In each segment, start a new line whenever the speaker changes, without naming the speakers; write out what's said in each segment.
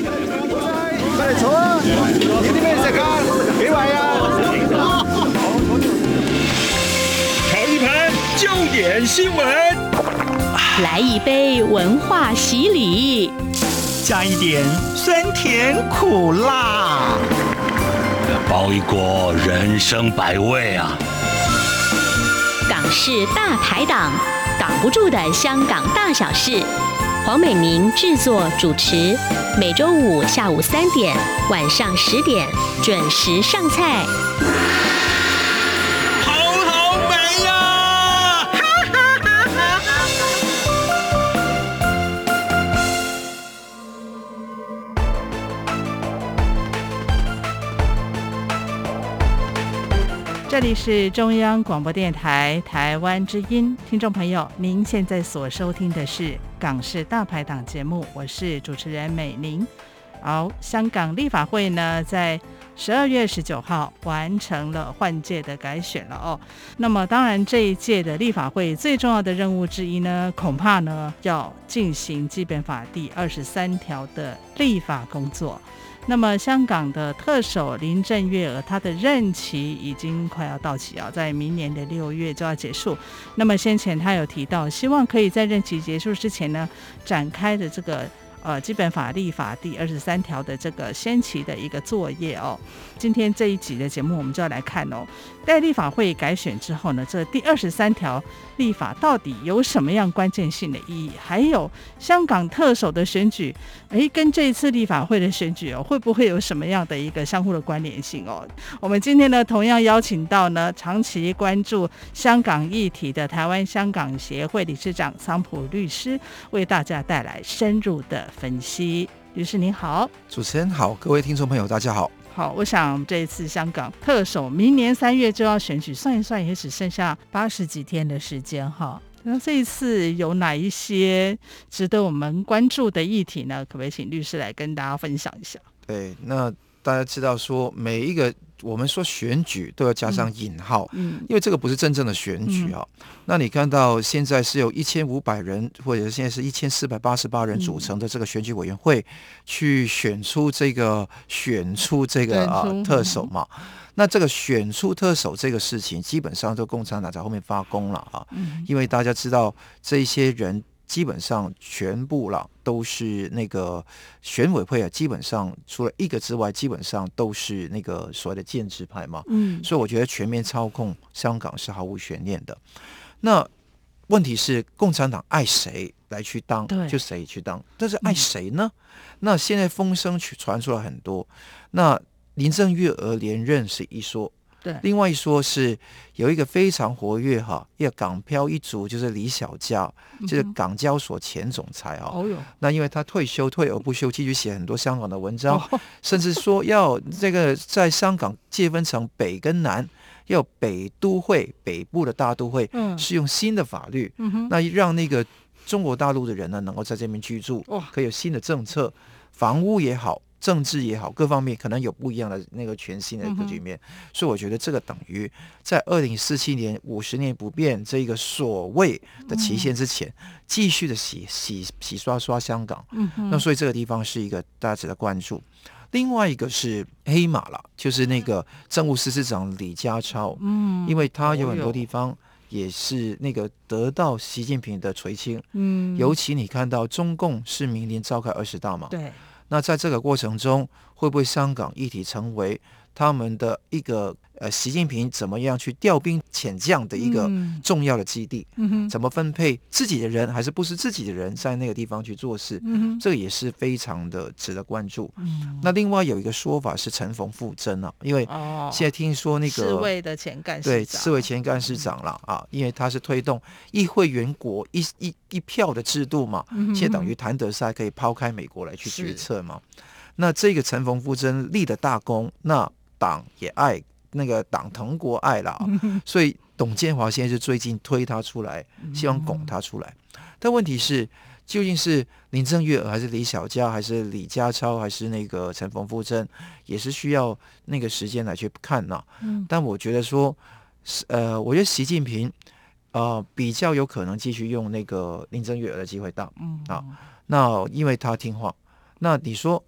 快嚟坐啊！要啲咩食啊？幾位啊？
炒一盘焦点新闻，
来一杯文化洗礼，
加一点酸甜苦辣，
包一锅人生百味啊！
港式大排档，挡不住的香港大小事。黄美明制作主持，每周五下午三点、晚上十点准时上菜。
好好美呀、
这里是中央广播电台台湾之音，听众朋友，您现在所收听的是《港式大排档》节目，我是主持人美玲。好，香港立法会呢，在十二月十九号完成了换届的改选了哦。那么，当然这一届的立法会最重要的任务之一呢，恐怕呢要进行基本法第二十三条的立法工作。那么，香港的特首林郑月娥，她的任期已经快要到期啊，在明年的六月就要结束。那么先前她有提到，希望可以在任期结束之前呢，展开的这个呃基本法立法第二十三条的这个先期的一个作业哦。今天这一集的节目，我们就要来看哦，在立法会改选之后呢，这第二十三条立法到底有什么样关键性的意义？还有香港特首的选举诶，哎跟这一次立法会的选举哦，会不会有什么样的一个相互的关联性哦？我们今天呢，同样邀请到呢长期关注香港议题的台湾香港协会理事长桑普律师，为大家带来深入的分析。律师您好，
主持人好，各位听众朋友，大家好。
好，我想这一次香港特首明年三月就要选举，算一算也只剩下八十几天的时间哈。那这一次有哪一些值得我们关注的议题呢？可不可以请律师来跟大家分享一下？
对，那大家知道说，每一个我们说选举都要加上引号，
嗯
因为这个不是真正的选举啊。那你看到现在是有一千五百人，或者现在是一千四百八十八人组成的这个选举委员会，去选出这个选出这个
选
啊
出
特首嘛。那这个选出特首这个事情，基本上都共产党在后面发功了啊，因为大家知道这一些人基本上全部了都是那个选委会啊，基本上除了一个之外，基本上都是那个所谓的建制派嘛。
嗯
所以我觉得全面操控香港是毫无悬念的。那问题是，共产党爱谁来去当
对
就谁去当，但是爱谁呢？那现在风声去传出了很多。那林郑月娥连任是一说，
对
另外一说是有一个非常活跃哈，一个港漂一族，就是李小加，就是港交所前总裁啊、
嗯哦哟，
那因为他退休退而不休，继续写很多香港的文章，
哦
甚至说要这个在香港界分成北跟南，要北都会北部的大都会
嗯
是用新的法律，
嗯哼，
那让那个中国大陆的人呢能够在这边居住
哇，
可以有新的政策，房屋也好。政治也好，各方面可能有不一样的那个全新的一个局
嗯
面，所以我觉得这个等于在二零四七年五十年不变这个所谓的期限之前，继续的洗洗洗刷刷香港，
嗯哼，
那所以这个地方是一个大家值得关注。另外一个是黑马了，就是那个政务司司长李家超，
嗯
因为他有
哦
很
哟
多地方也是那个得到习近平的垂青，
嗯
尤其你看到中共是明年召开二十大嘛，
对，
那在这个过程中，会不会香港议题成为他们的一个呃习近平怎么样去调兵遣将的一个
嗯
重要的基地？
嗯哼，
怎么分配自己的人还是不是自己的人在那个地方去做事？
嗯
这个也是非常的值得关注。
哼，
那另外有一个说法是陈冯复珍啊，因为
哦，
现在听说那
世
个
卫的前干事
对
长嗯
四位前干事长了啊，因为他是推动议会员国一一一票的制度嘛，
嗯
现在等
哼
于谭德赛可以抛开美国来去决
是
策嘛。那这个陈冯复珍立的大功，那党也爱那个党滕国爱了啊，
嗯
所以董建华现在是最近推他出来，希望拱他出来。但问题是，究竟是林郑月娥还是李小加，还是李家超，还是那个陈冯复珍，也是需要那个时间来去看呐、
嗯
但我觉得说，是呃，我觉得习近平呃比较有可能继续用那个林郑月娥的机会大。
嗯
啊那因为他听话，那你说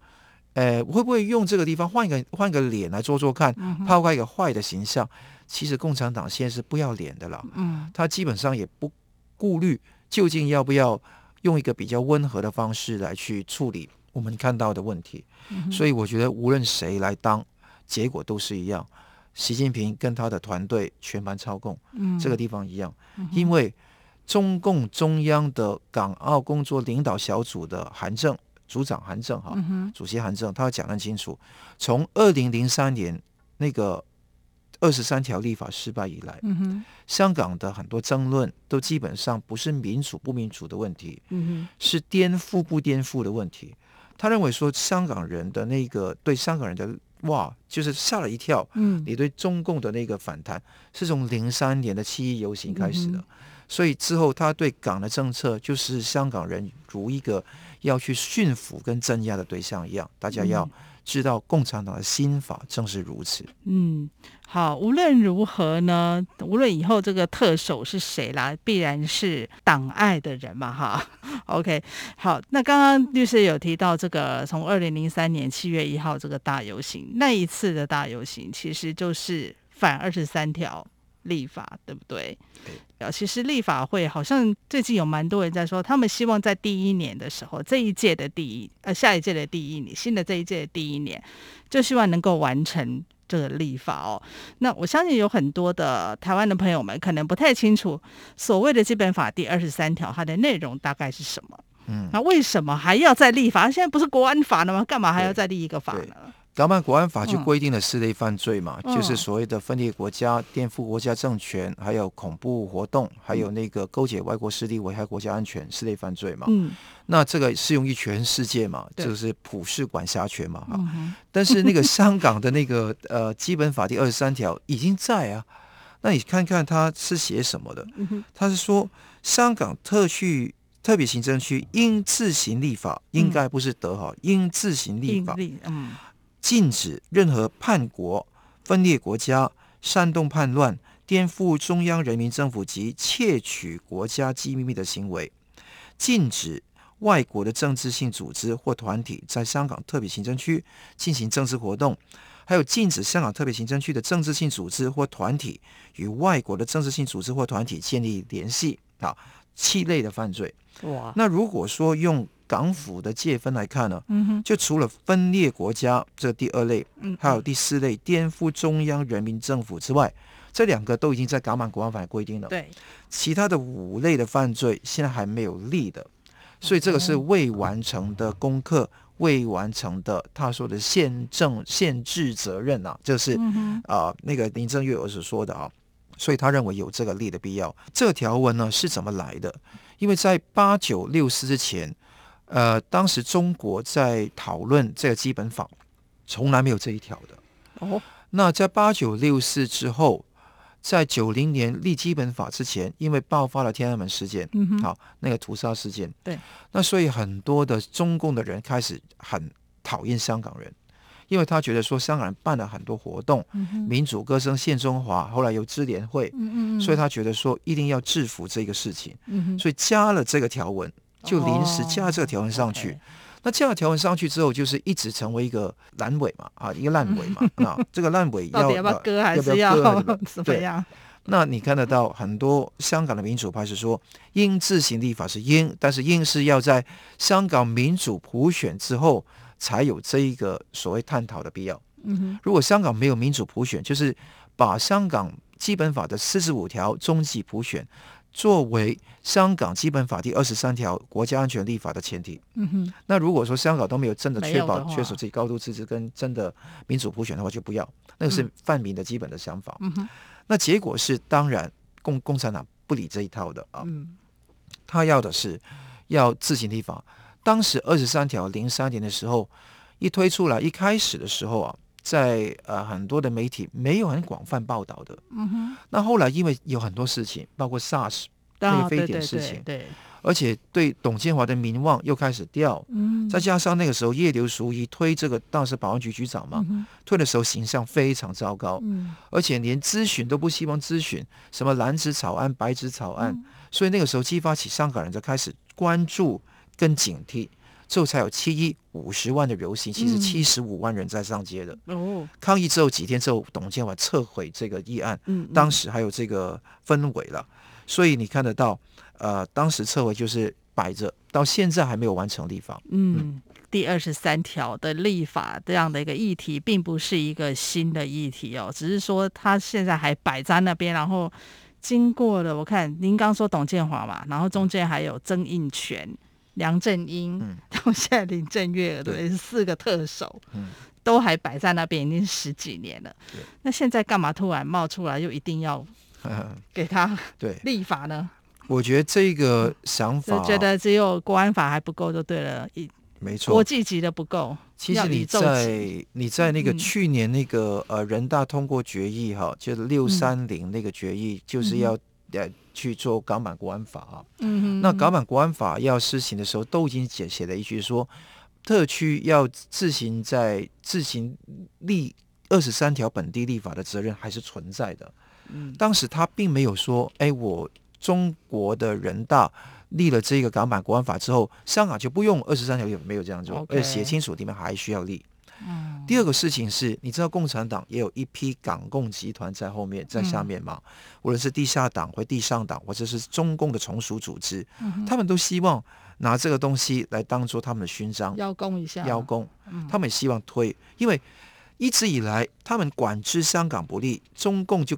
呃，会不会用这个地方换一个换一个脸来做做看，抛开一个坏的形象？其实共产党现在是不要脸的了，
嗯
他基本上也不顾虑究竟要不要用一个比较温和的方式来去处理我们看到的问题。所以我觉得无论谁来当，结果都是一样。习近平跟他的团队全盘操控，
嗯
这个地方一样，因为中共中央的港澳工作领导小组的韩正组长韩正
嗯
哈，主席韩正，他讲得很清楚，从二零零三年那个二十三条立法失败以来，
嗯哼
香港的很多争论都基本上不是民主不民主的问题，
嗯
是颠覆不颠覆的问题。他认为说，香港人的那个对香港人的哇，就是吓了一跳，
嗯
你对中共的那个反弹是从零三年的七一游行开
嗯
始的，所以之后他对港的政策就是香港人如一个要去驯服跟镇压的对象一样，大家要知道共产党的新法正是如此。
嗯，好，无论如何呢，无论以后这个特首是谁啦，必然是党爱的人嘛，哈。OK，好，那刚刚律师有提到这个，从二零零三年七月一号这个大游行，那一次的大游行其实就是反二十三条立法，对不对？呃，其实立法会好像最近有蛮多人在说，他们希望在第一年的时候，这一届的第一，呃，下一届的第一年，新的这一届的第一年，就希望能够完成这个立法哦。那我相信有很多的台湾的朋友们可能不太清楚所谓的基本法第二十三条它的内容大概是什么。
嗯，
那为什么还要再立法？现在不是国安法了吗？干嘛还要
对
再立一个法
对
呢？
港版国安法就
嗯
规定了四类犯罪嘛，
嗯
就是所谓的分裂国家、颠覆国家政权，还有恐怖活动，还有那个勾结外国势力危害国家安全四类犯罪嘛。
嗯
那这个适用于全世界嘛，
对
就是普世管辖权嘛。哈、
嗯哼
但是那个香港的那个 呃基本法第二十三条已经在啊，那你看看它是写什么的？它是说香港特区特别行政区应自行立法，应该不是得哈，应自行立
应
法
立嗯
禁止任何叛国、分裂国家、煽动叛乱、颠覆中央人民政府及窃取国家机密的行为，禁止外国的政治性组织或团体在香港特别行政区进行政治活动，还有禁止香港特别行政区的政治性组织或团体与外国的政治性组织或团体建立联系啊，七类的犯罪。
哇
那如果说用港府的界分来看呢，
嗯哼
就除了分裂国家这第二类，
嗯
还有第四类颠覆中央人民政府之外，这两个都已经在港版国安法规定了。
对
其他的五类的犯罪现在还没有立的，所以这个是未完成的功课，未完成的他说的宪政限制责任啊，就是啊、呃那个林郑月娥所说的啊，所以他认为有这个立的必要。这条文呢是怎么来的？因为在八九六四之前，呃，当时中国在讨论这个基本法，从来没有这一条的。
哦
那在八九六四之后，在九零年立基本法之前，因为爆发了天安门事件，
嗯哼
好那个屠杀事件，
对，
那所以很多的中共的人开始很讨厌香港人，因为他觉得说香港人办了很多活动，
嗯
民主歌声献中华，后来有支联会，
嗯嗯
所以他觉得说一定要制服这个事情，
嗯哼
所以加了这个条文，就临时加这个条文上去。
哦
那加了条文上去之后，就是一直成为一个阑尾嘛，啊，一个烂尾 嘛，啊，这个烂尾
到
要
底要不要割还
不
是
要 割还不
怎么
对
样？
那你看得到很多香港的民主派是说，应自行立法是应，但是应是要在香港民主普选之后才有这一个所谓探讨的必要。嗯如果香港没有民主普选，就是把香港基本法的四十五条终极普选作为香港基本法第二十三条国家安全立法的前提。
嗯哼
那如果说香港都没有真的
没
确
有的
保
话
确守自己高度自治跟真的民主普选的话，就不要，那个是泛民的基本的想法。
嗯哼
那结果是，当然共共产党不理这一套的啊，
嗯
他要的是要自行立法。当时二十三条零三年的时候，一推出来，一开始的时候啊，在呃很多的媒体没有很广泛报道的。
嗯哼，
那后来因为有很多事情，包括 SARS，那
啊
个非
对
典
对
事
对
情
对，
而且对董建华的民望又开始掉，
嗯
再加上那个时候叶刘淑仪推这个当时保安局局长嘛，推的时候形象非常糟糕，
嗯
而且连咨询都不希望咨询，什么蓝纸草案、
嗯
白纸草案，所以那个时候激发起香港人就开始关注跟警惕，之后才有七一五十万的游行，其
嗯
实七十五万人在上街的。
哦，
抗议之后几天之后，董建华撤回这个议案，
嗯，嗯
当时还有这个氛围了，所以你看得到，呃，当时撤回就是摆着，到现在还没有完成立 法。
嗯，第二十三条的立法这样的一个议题，并不是一个新的议题哦，只是说它现在还摆在那边，然后经过了我看您刚说董建华嘛，然后中间还有曾荫权、梁振英，
嗯
到现在林郑月娥对不对四个特首，
嗯
都还摆在那边已经十几年了
对。
那现在干嘛突然冒出来，又一定要给他
对，
立法呢？
我觉得这个想
就
法
觉得只有国安法还不够就对了，一
没错
国。际级的不够，
其
要
实你
宇宙级
在你在那个
嗯
去年那个呃人大通过决议哈，就是六三零那个决议，就是要呃去做港版国安法啊。
嗯哼
那港版国安法要施行的时候，都已经写写了一句说，特区要自行在自行立二十三条本地立法的责任还是存在的。
嗯
当时他并没有说，哎，我中国的人大立了这个港版国安法之后，香港就不用二十三条，也没有这样做，
OK
而且写清楚地方还需要立。
嗯
第二个事情是，你知道共产党也有一批港共集团在后面，在下面
嗯
嘛，无论是地下党或地上党，或者是中共的从属组织，他们都希望拿这个东西来当做他们的勋章，
邀功一下，嗯
邀功，他们也希望推，因为一直以来他们管制香港不力，中共就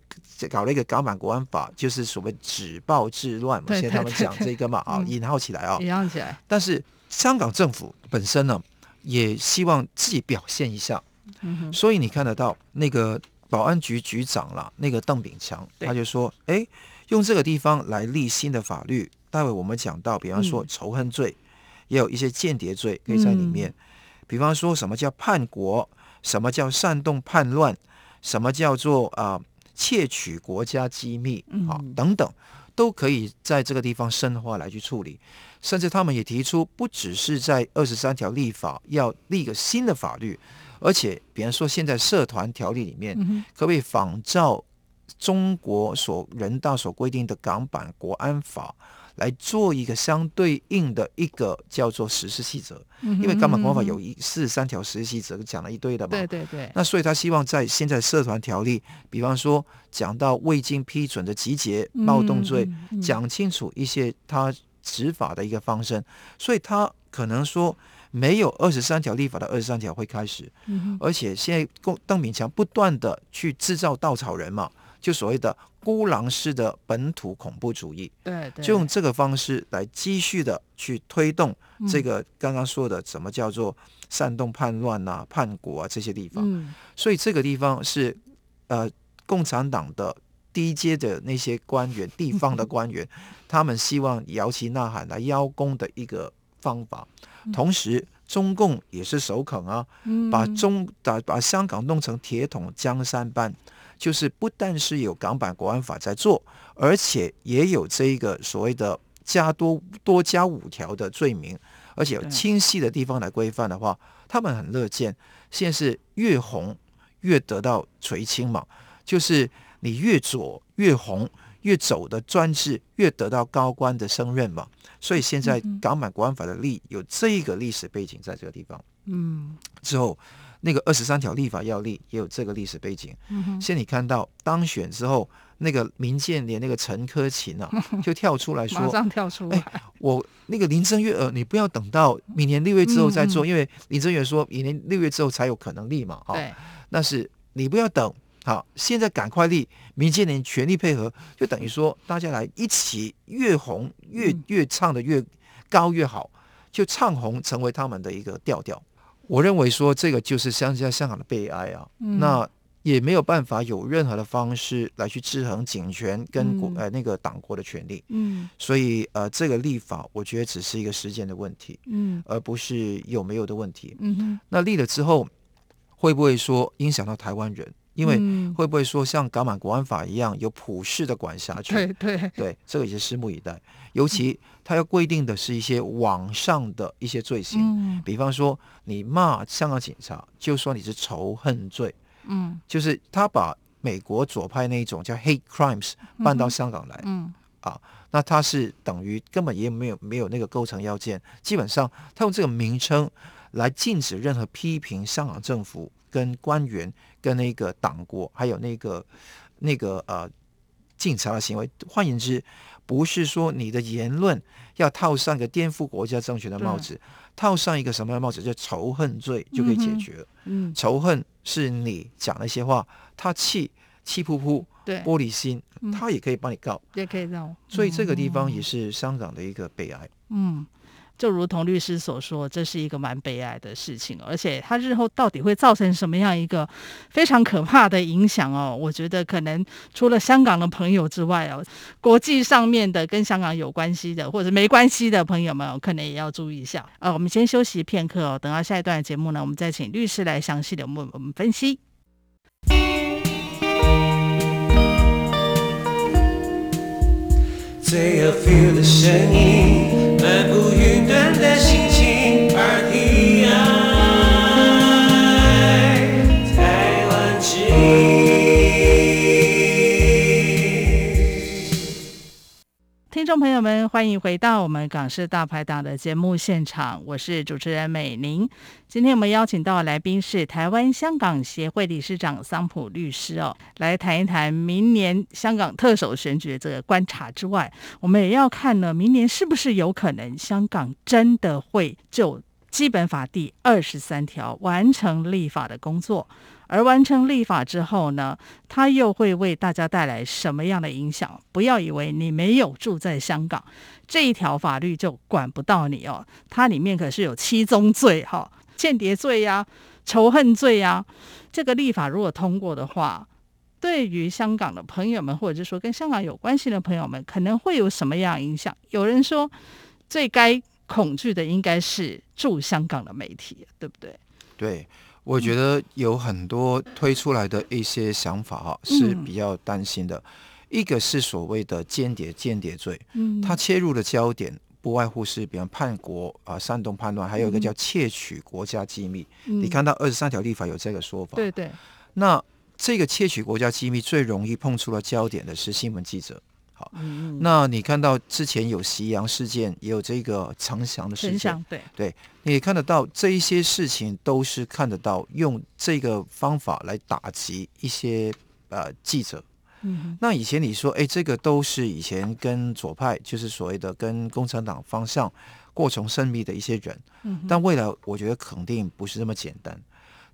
搞了一个港版国安法，就是所谓止暴制乱嘛，
对
现在他们
对对嗯
讲这个嘛啊，引号起来啊，
一样起来，
但是香港政府本身呢，也希望自己表现一下，
嗯
所以你看得到那个保安局局长啦，那个邓炳强，
对
他就说，哎，用这个地方来立新的法律。待会我们讲到，比方说仇恨罪，也有一些间谍罪可以在里面。比方说什么叫叛国，什么叫煽动叛乱，什么叫做啊、窃取国家机密啊、等等，都可以在这个地方深化来去处理。甚至他们也提出，不只是在二十三条立法要立个新的法律，而且比方说现在社团条例里面，
嗯
可不可以仿照中国所人大所规定的港版国安法？来做一个相对应的一个叫做实施细则，
嗯
因为港版国安法有一四十三条实施细则讲了一堆的嘛，
对对对，
那所以他希望在现在社团条例，比方说讲到未经批准的集结、暴动罪，讲清楚一些他执法的一个方针。所以他可能说没有二十三条立法的二十三条会开始，
嗯
而且现在共邓炳强不断的去制造稻草人嘛，就所谓的孤狼式的本土恐怖主义。
对对，
就用这个方式来继续的去推动这个刚刚说的什么叫做煽动叛乱啊、叛国啊这些地方。
嗯
所以这个地方是呃共产党的低阶的那些官员、地方的官员，他们希望摇旗呐喊来邀功的一个方法。同时，中共也是首肯啊，
嗯
把中把把香港弄成铁桶江山般。就是不但是有港版国安法在做，而且也有这一个所谓的加多多加五条的罪名，而且有
对
清晰的地方来规范的话，他们很乐见。现在是越红越得到垂青嘛，就是你越左越红，越走的专制越得到高官的升任嘛。所以现在港版国安法的立有这个历史背景在这个地方。
嗯
之后，那个二十三条立法要立也有这个历史背景。
嗯
现在你看到当选之后，那个民建联那个陈科勤 啊，就跳出来
马
说哎
上跳出来，：“
我那个林郑月娥，你不要等到明年六月之后再做，因为林郑月娥说明年六月之后才有可能立嘛。”哈，
嗯对，
那是你不要等。好，现在赶快立，民建联全力配合，就等于说大家来一起越红越越唱的越高越好，就唱红成为他们的一个调调。我认为说这个就是香在香港的悲哀啊，那也没有办法有任何的方式来去制衡警权跟国、呃那个党国的权利，
嗯
所以呃这个立法我觉得只是一个时间的问题，
嗯
而不是有没有的问题。
嗯哼，
那立了之后，会不会说影响到台湾人？因为
嗯
会不会说像港版国安法一样有普世的管辖权？
对对，
对，这个也是拭目以待。尤其它要规定的是一些网上的一些罪行，
嗯
比方说你骂香港警察，就说你是仇恨罪，
嗯
就是他把美国左派那一种叫 hate crimes 搬到香港来。
嗯
啊，那它是等于根本也没有没有那个构成要件，基本上它用这个名称来禁止任何批评香港政府、跟官员、跟那个党国，还有那个那个呃警察的行为。换言之，不是说你的言论要套上一个颠覆国家政权的帽子，套上一个什么样的帽子，就仇恨罪就可以解决了。
嗯，
仇恨是你讲那些话，他气气噗噗，
对，嗯
玻璃心，他也可以帮你告。
也可以让我，
所以这个地方也是香港的一个悲哀。
嗯，就如同律师所说，这是一个蛮悲哀的事情，而且它日后到底会造成什么样一个非常可怕的影响哦？我觉得可能除了香港的朋友之外哦，国际上面的跟香港有关系的或者没关系的朋友们、哦，可能也要注意一下。呃，我们先休息片刻哦，等到下一段节目呢，我们再请律师来详细的为我们分析。
最有 feel 的声音，漫步云端的心情，RTI 台湾之音。
听众朋友们，欢迎回到我们港式大排档的节目现场，我是主持人美玲。今天我们邀请到的来宾是台湾香港协会理事长桑普律师哦，来谈一谈明年香港特首选举的这个观察之外，我们也要看呢，明年是不是有可能香港真的会就基本法第二十三条完成立法的工作。而完成立法之后呢，它又会为大家带来什么样的影响？不要以为你没有住在香港，这一条法律就管不到你哦。它里面可是有七宗罪哈、间谍罪呀、仇恨罪呀。这个立法如果通过的话，对于香港的朋友们，或者是说跟香港有关系的朋友们，可能会有什么样影响？有人说，最该恐惧的应该是驻香港的媒体，对不对？
对，我
嗯
觉得有很多推出来的一些想法哈、是
嗯
比较担心的。一个是所谓的间谍间谍罪，
嗯
它切入的焦点不外乎是，比方叛国啊、煽动叛乱，还
嗯
有一个叫窃取国家机密。你看到二十三条立法有这个说法，
对对，
那这个窃取国家机密最容易碰触了焦点的是新闻记者。好，
嗯
那你看到之前有袭洋事件，也有这个城墙的事
真
件
相，对，
对，你也看得到这一些事情都是看得到，用这个方法来打击一些呃记者。
嗯
那以前你说，哎，这个都是以前跟左派，就是所谓的跟共产党方向过从甚密的一些人，
嗯
但未来我觉得肯定不是这么简单。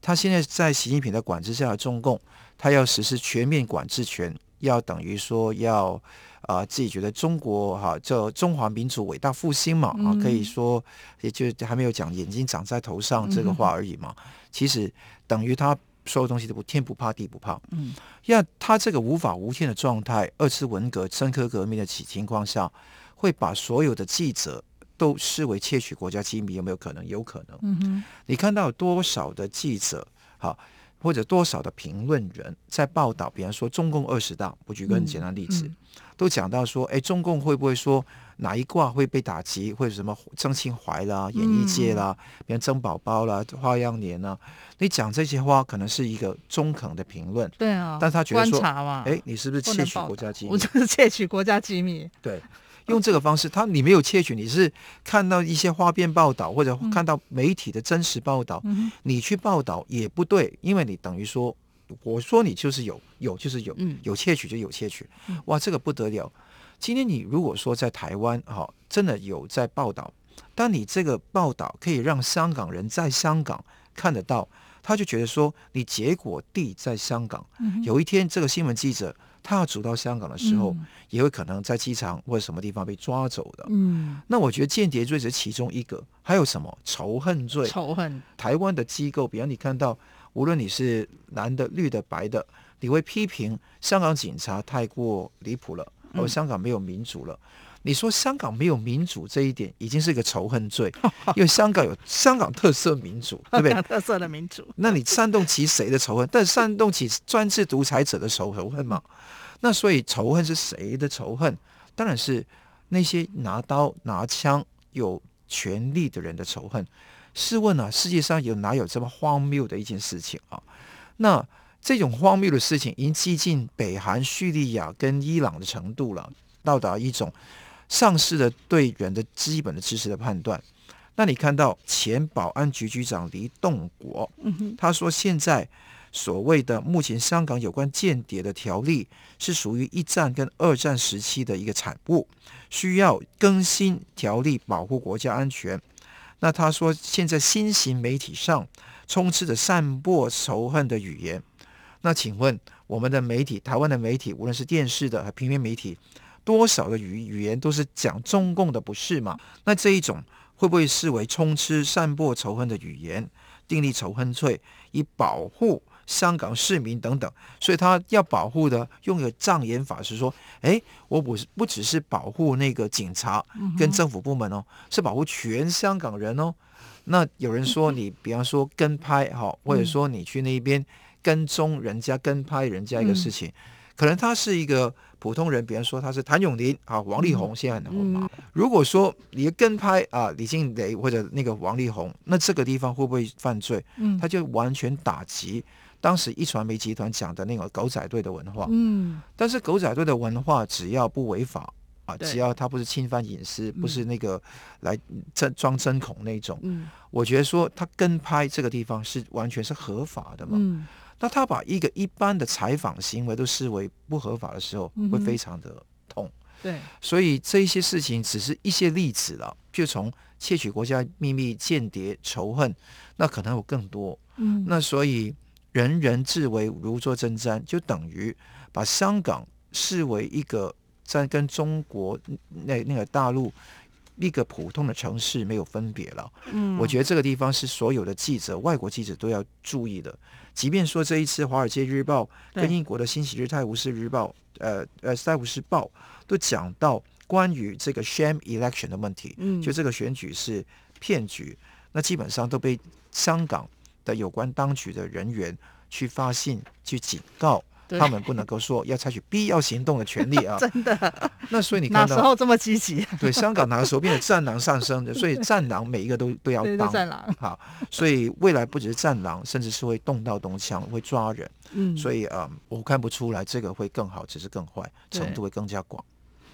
他现在在习近平的管制下的中共，他要实施全面管制权，要等于说要啊、自己觉得中国哈、这中华民族伟大复兴嘛啊，可以说也就还没有讲眼睛长在头上这个话而已嘛。其实等于他所有东西都不天不怕地不怕，
嗯，
要他这个无法无天的状态，二次文革、深科革命的起情况下，会把所有的记者都视为窃取国家机密，有没有可能？有可能。
嗯哼，
你看到多少的记者，好，或者多少的评论人在报道，比方说中共二十大，我举个很简单的例
嗯
子，都讲到说，哎，中共会不会说哪一卦会被打击，或者什么郑清怀啦、演艺界
嗯
啦，比方曾宝宝啦、花样年啦，你讲这些话可能是一个中肯的评论，
对啊，
但他觉得
观
说
察嘛，
哎，你是不是
不
窃
能
取
报
国
道
家机
我
密？
就是窃取国家机密。
对，用这个方式，他你没有窃取，你是看到一些花边报道或者看到媒体的真实报道，你去报道也不对，因为你等于说，我说你就是有，有就是有，有窃取就有窃取，哇，这个不得了。今天你如果说在台湾哈、哦真的有在报道，但你这个报道可以让香港人在香港看得到，他就觉得说你结果地在香港，有一天这个新闻记者踏足到香港的时候，也有可能在机场或者什么地方被抓走的。
嗯，
那我觉得间谍罪只是其中一个，还有什么仇恨罪？
仇恨，
台湾的机构，比方你看到，无论你是蓝的、绿的、白的，你会批评香港警察太过离谱了，
嗯
而香港没有民主了。你说香港没有民主这一点，已经是一个仇恨 罪，因为香港有香港特色民主，对不对
港？特色的民主。
那你煽动起谁的仇恨？但煽动起专制独裁者的仇仇恨嘛？那所以仇恨是谁的仇恨？当然是那些拿刀拿枪有权力的人的仇恨。试问啊，世界上有哪有这么荒谬的一件事情啊？那这种荒谬的事情已经接近北韩、叙利亚跟伊朗的程度了。到达一种上市的对人的基本的知识的判断。那你看到前保安局局长黎栋国，他说现在所谓的目前香港有关间谍的条例是属于一战跟二战时期的一个产物，需要更新条例保护国家安全。那他说，现在新型媒体上充斥着散播仇恨的语言。那请问，我们的媒体，台湾的媒体，无论是电视的还是平面媒体，多少的语语言都是讲中共的不是嘛？那这一种会不会视为充斥散播仇恨的语言，订立仇恨罪，以保护香港市民等等？所以他要保护的，用有障眼法是说，诶，我不是不只是保护那个警察跟政府部门哦，是保护全香港人哦。那有人说你，比方说跟拍哈，或者说你去那边跟踪人家、跟拍人家一个事情，可能他是一个普通人，比方说他是谭咏麟啊、王力宏，现在很红
嗯
嘛。如果说你跟拍啊李静蕾或者那个王力宏，那这个地方会不会犯罪？
嗯
他就完全打击当时一传媒集团讲的那个狗仔队的文化。
嗯
但是狗仔队的文化只要不违法啊，
对
只要他不是侵犯隐私，不是那个来针装针孔那种，
嗯
我觉得说他跟拍这个地方是完全是合法的嘛。
嗯
那他把一个一般的采访行为都视为不合法的时候
嗯，哼
会非常的痛。
对
所以这一些事情只是一些例子了，就从窃取国家秘密、间谍、仇恨，那可能有更多。
嗯
那所以人人自危，如坐针毡，就等于把香港视为一个在跟中国那那个大陆一个普通的城市没有分别了。
嗯
我觉得这个地方是所有的记者、外国记者都要注意的。即便说这一次《华尔街日报》
对
跟英国的《新喜剧泰晤士日报》呃呃《泰晤士报》都讲到关于这个 sham election 的问题，
嗯
就这个选举是骗局，那基本上都被香港的有关当局的人员去发信去警告。
对！
他们不能够说要采取必要行动的权利 啊
真的
那所以你
哪
看
时
到，
候这么积极？
对香港哪个时候变得战狼上升的？所以战狼每一个都都要
对，
帮
都，战狼。
好，所以未来不只是战狼，甚至是会动刀动枪，会抓人。
嗯，
所以啊、嗯我看不出来这个会更好，只是更坏，
对
程度会更加广。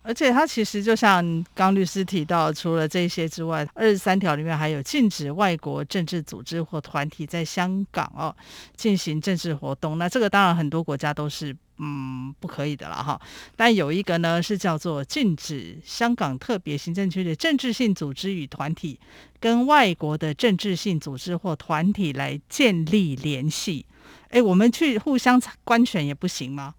而且它其实就像刚律师提到，除了这些之外，二十三条里面还有禁止外国政治组织或团体在香港哦进行政治活动。那这个当然很多国家都是嗯不可以的了哈。但有一个呢是叫做禁止香港特别行政区的政治性组织与团体跟外国的政治性组织或团体来建立联系。诶，我们去互相官选也不行吗？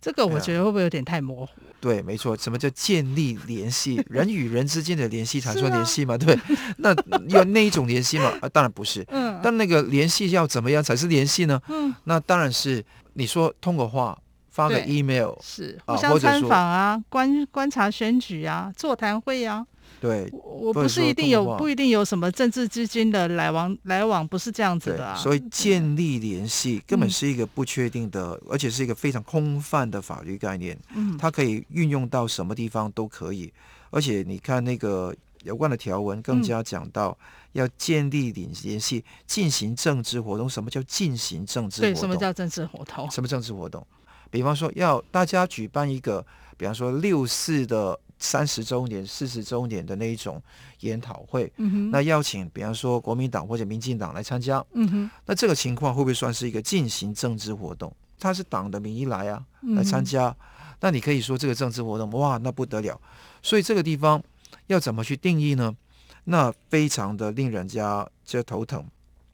这个我
对啊
觉得会不会有点太模糊？
对，没错，什么叫建立联系？人与人之间的联 系才
是
算
啊
联系嘛？对， 那要那一种联系吗？啊，当然不是。
嗯
但那个联系要怎么样才是联系呢？
嗯，
那当然是你说通过话，发个
对
email，
是
啊
互
或
相
者
参
说
访啊，观观察选举啊，座谈会啊，
对
我我
或
不
者
是
说
一定
通
有
话
不一定有什么政治资金的来往来往，不是这样子
对
的啊。
所以建立联系根本
嗯
是一个不确定的，而且是一个非常空泛的法律概念。
嗯
它可以运用到什么地方都可以。而且你看那个有关的条文，
嗯
更加讲到要建立联联系，进行政治活动。什么叫进行政治活
对
动？
什么叫政治活动？
什么政治活动？比方说，要大家举办一个，比方说六四的三十周年、四十周年的那一种研讨会，
嗯哼，
那邀请比方说国民党或者民进党来参加，
嗯哼，
那这个情况会不会算是一个进行政治活动？他是党的名义来啊，
嗯
来参加，那你可以说这个政治活动，哇，那不得了。所以这个地方要怎么去定义呢？那非常的令人家就头疼，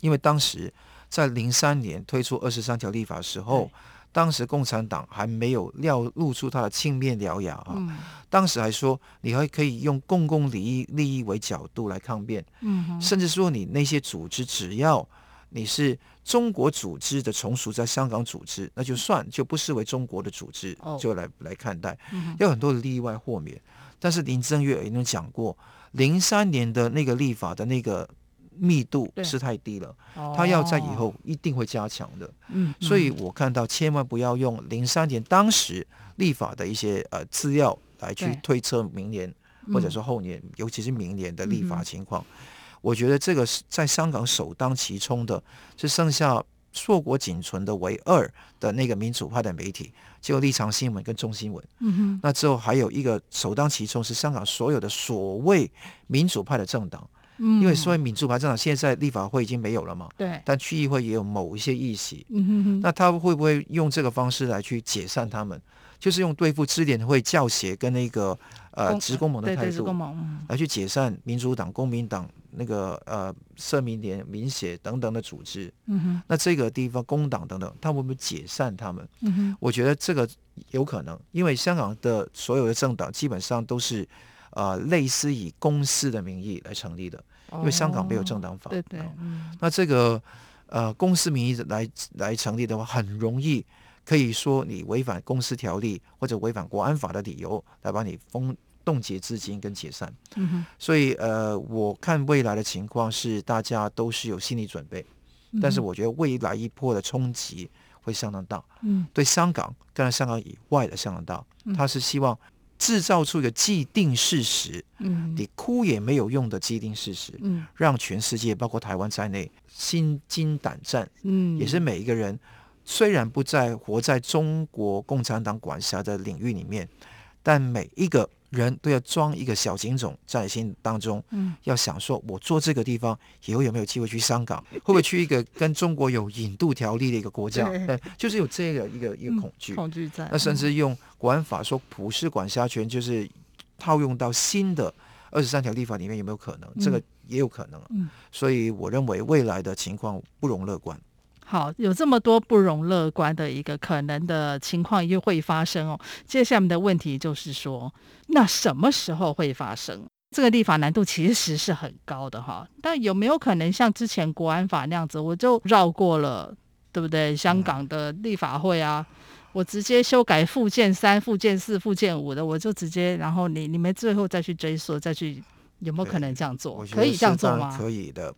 因为当时在零三年推出二十三条立法的时候
对，
当时共产党还没有料露出他的青面獠牙啊，
嗯
当时还说你还可以用公共利益利益为角度来抗辩，
嗯哼，
甚至说你那些组织，只要你是中国组织的从属在香港组织，那就算就不视为中国的组织
嗯哦，
就来来看待
嗯哼，
有很多的例外豁免。但是林正月已经讲过，零三年的那个立法的那个密度
对
是太低了，他要在以
哦，
后一定会加强的。
嗯，
所以我看到千万不要用零三年当时立法的一些呃资料来去
对
推测明年呃
嗯
或者说后年，尤其是明年的立
嗯
法
哼
情况。我觉得这个是在香港首当其冲的，是剩下硕果仅存的为二的那个民主派的媒体，就立场新闻跟中新闻。
嗯哼，
那之后还有一个首当其冲是香港所有的所谓民主派的政党，
嗯
因为所谓民主派政党现在立法会已经没有了嘛，
对，
但区议会也有某一些议席，
嗯哼哼，
那他会不会用这个方式来去解散他们？就是用对付支联会教协跟那个呃
公
职工盟的
对
态
对，职
度
工，盟，嗯
来去解散民主党、公民党那个呃社民联、民协等等的组织。
嗯哼，
那这个地方工党等等，他们会不会解散他们？
嗯哼，
我觉得这个有可能，因为香港的所有的政党基本上都是呃类似以公司的名义来成立的，因为香港没有政
党
党法。
对对，
哦
嗯
那这个呃公司名义来来成立的话，很容易可以说你违反公司条例或者违反国安法的理由来把你封冻结资金跟解散。
嗯哼，
所以呃，我看未来的情况是大家都是有心理准备，
嗯
但是我觉得未来一波的冲击会相当大，
嗯
对香港跟香港以外的相当大。他是希望制造出一个既定事实，
嗯
你哭也没有用的既定事实，
嗯
让全世界包括台湾在内心惊胆战，
嗯，
也是每一个人虽然不在活在中国共产党管辖的领域里面，但每一个人都要装一个小警种在心当中，
嗯，
要想说，我做这个地方以后有没有机会去香港，会不会去一个跟中国有引渡条例的一个国家？
对
对，就是有这个一个一个恐惧。
嗯恐惧在，
那甚至用国安法说普世管辖权，就是套用到新的二十三条立法里面，有没有可能？这个也有可能。
嗯，
所以我认为未来的情况不容乐观。
好，有这么多不容乐观的一个可能的情况又会发生哦。接下来我们的问题就是说，那什么时候会发生？这个立法难度其实是很高的哈。但有没有可能像之前国安法那样子，我就绕过了，对不对？
嗯
香港的立法会啊，我直接修改附件三、附件四、附件五的，我就直接，然后你你们最后再去追溯，再去有没有可能这样做
我？觉
可
得
以
是
这样做
当然
吗？
可以的。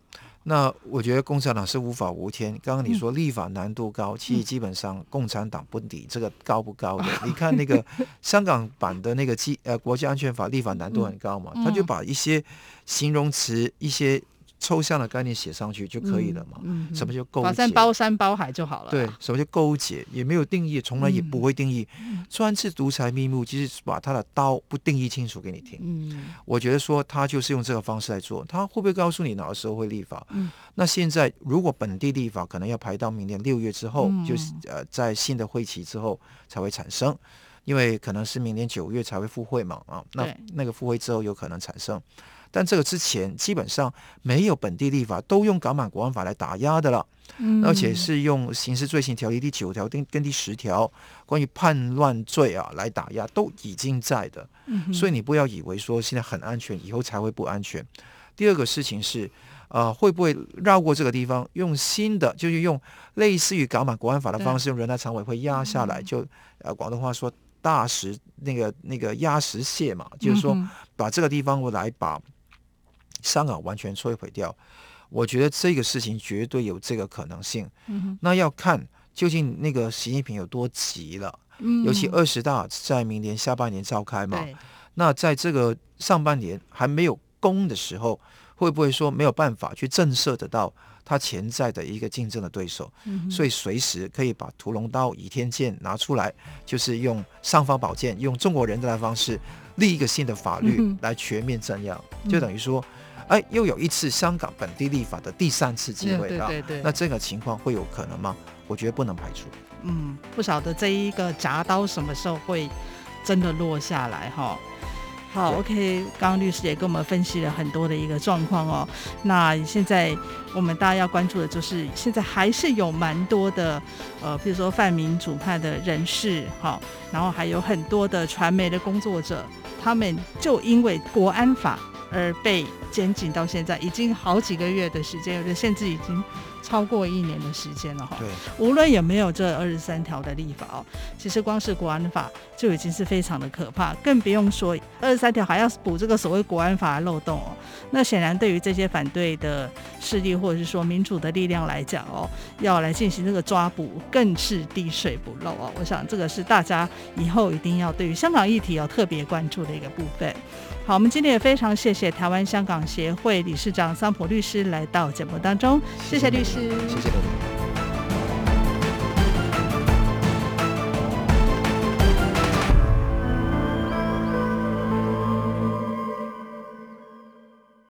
那我觉得共产党是无法无天。刚
嗯
刚你说立法难度高，其实基本上共产党不理这个高不高 的。你看那个香港版的那个基呃国家安全法立法难度
嗯
很高嘛，他就把一些形容词、一些抽象的概念写上去就可以了嘛。
嗯嗯
什么叫勾
把
结
山？包山包海就好了啦。
对，什么叫勾结？也没有定义，从来也
嗯
不会定义。专制独裁密幕就是把他的刀不定义清楚给你听。
嗯，
我觉得说他就是用这个方式来做，他会不会告诉你哪个时候会立法？
嗯
那现在如果本地立法可能要排到明年六月之后，
嗯
就是呃在新的会期之后才会产生，因为可能是明年九月才会复会嘛啊，那
对
那个复会之后有可能产生，但这个之前基本上没有本地立法，都用港版国安法来打压的了。
嗯
而且是用《刑事罪行条例》第九条跟跟第十条关于叛乱罪啊来打压，都已经在的。
嗯
所以你不要以为说现在很安全，以后才会不安全。第二个事情是，呃，会不会绕过这个地方，用新的，就是用类似于港版国安法的方式，用人大常委会压
嗯
下来，就呃广东话说大石那个那个压实蟹嘛，就是说
嗯
把这个地方我来把香港完全摧毁掉。我觉得这个事情绝对有这个可能性。
嗯
那要看究竟那个习近平有多急了。尤其二十大在明年下半年召开嘛，
嗯对，
那在这个上半年还没有攻的时候，会不会说没有办法去震慑得到他潜在的一个竞争的对手？
嗯
所以随时可以把屠龙刀、倚天剑拿出来，就是用尚方宝剑，用中国人的方式立一个新的法
嗯
律来全面镇压，就等于说。哎，又有一次香港本地立法的第三次机会
对
了，
对对对
那这个情况会有可能吗？我觉得不能排除。
嗯，不晓得这一个铡刀什么时候会真的落下来哈。好
对
，OK，刚刚律师也跟我们分析了很多的一个状况哦。那现在我们大家要关注的就是，现在还是有蛮多的，呃，比如说泛民主派的人士，哈、然后还有很多的传媒的工作者，他们就因为国安法而被监禁到现在，已经好几个月的时间，有的甚至已经超过一年的时间了哈。
对，
无论有没有这二十三条的立法哦，其实光是国安法就已经是非常的可怕，更不用说二十三条还要补这个所谓国安法的漏洞哦。那显然对于这些反对的势力或者是说民主的力量来讲哦，要来进行这个抓捕，更是滴水不漏哦。我想这个是大家以后一定要对于香港议题要特别关注的一个部分。好，我们今天也非常谢谢台湾香港协会理事长桑普律师来到节目当中，谢谢律师，
谢谢各位。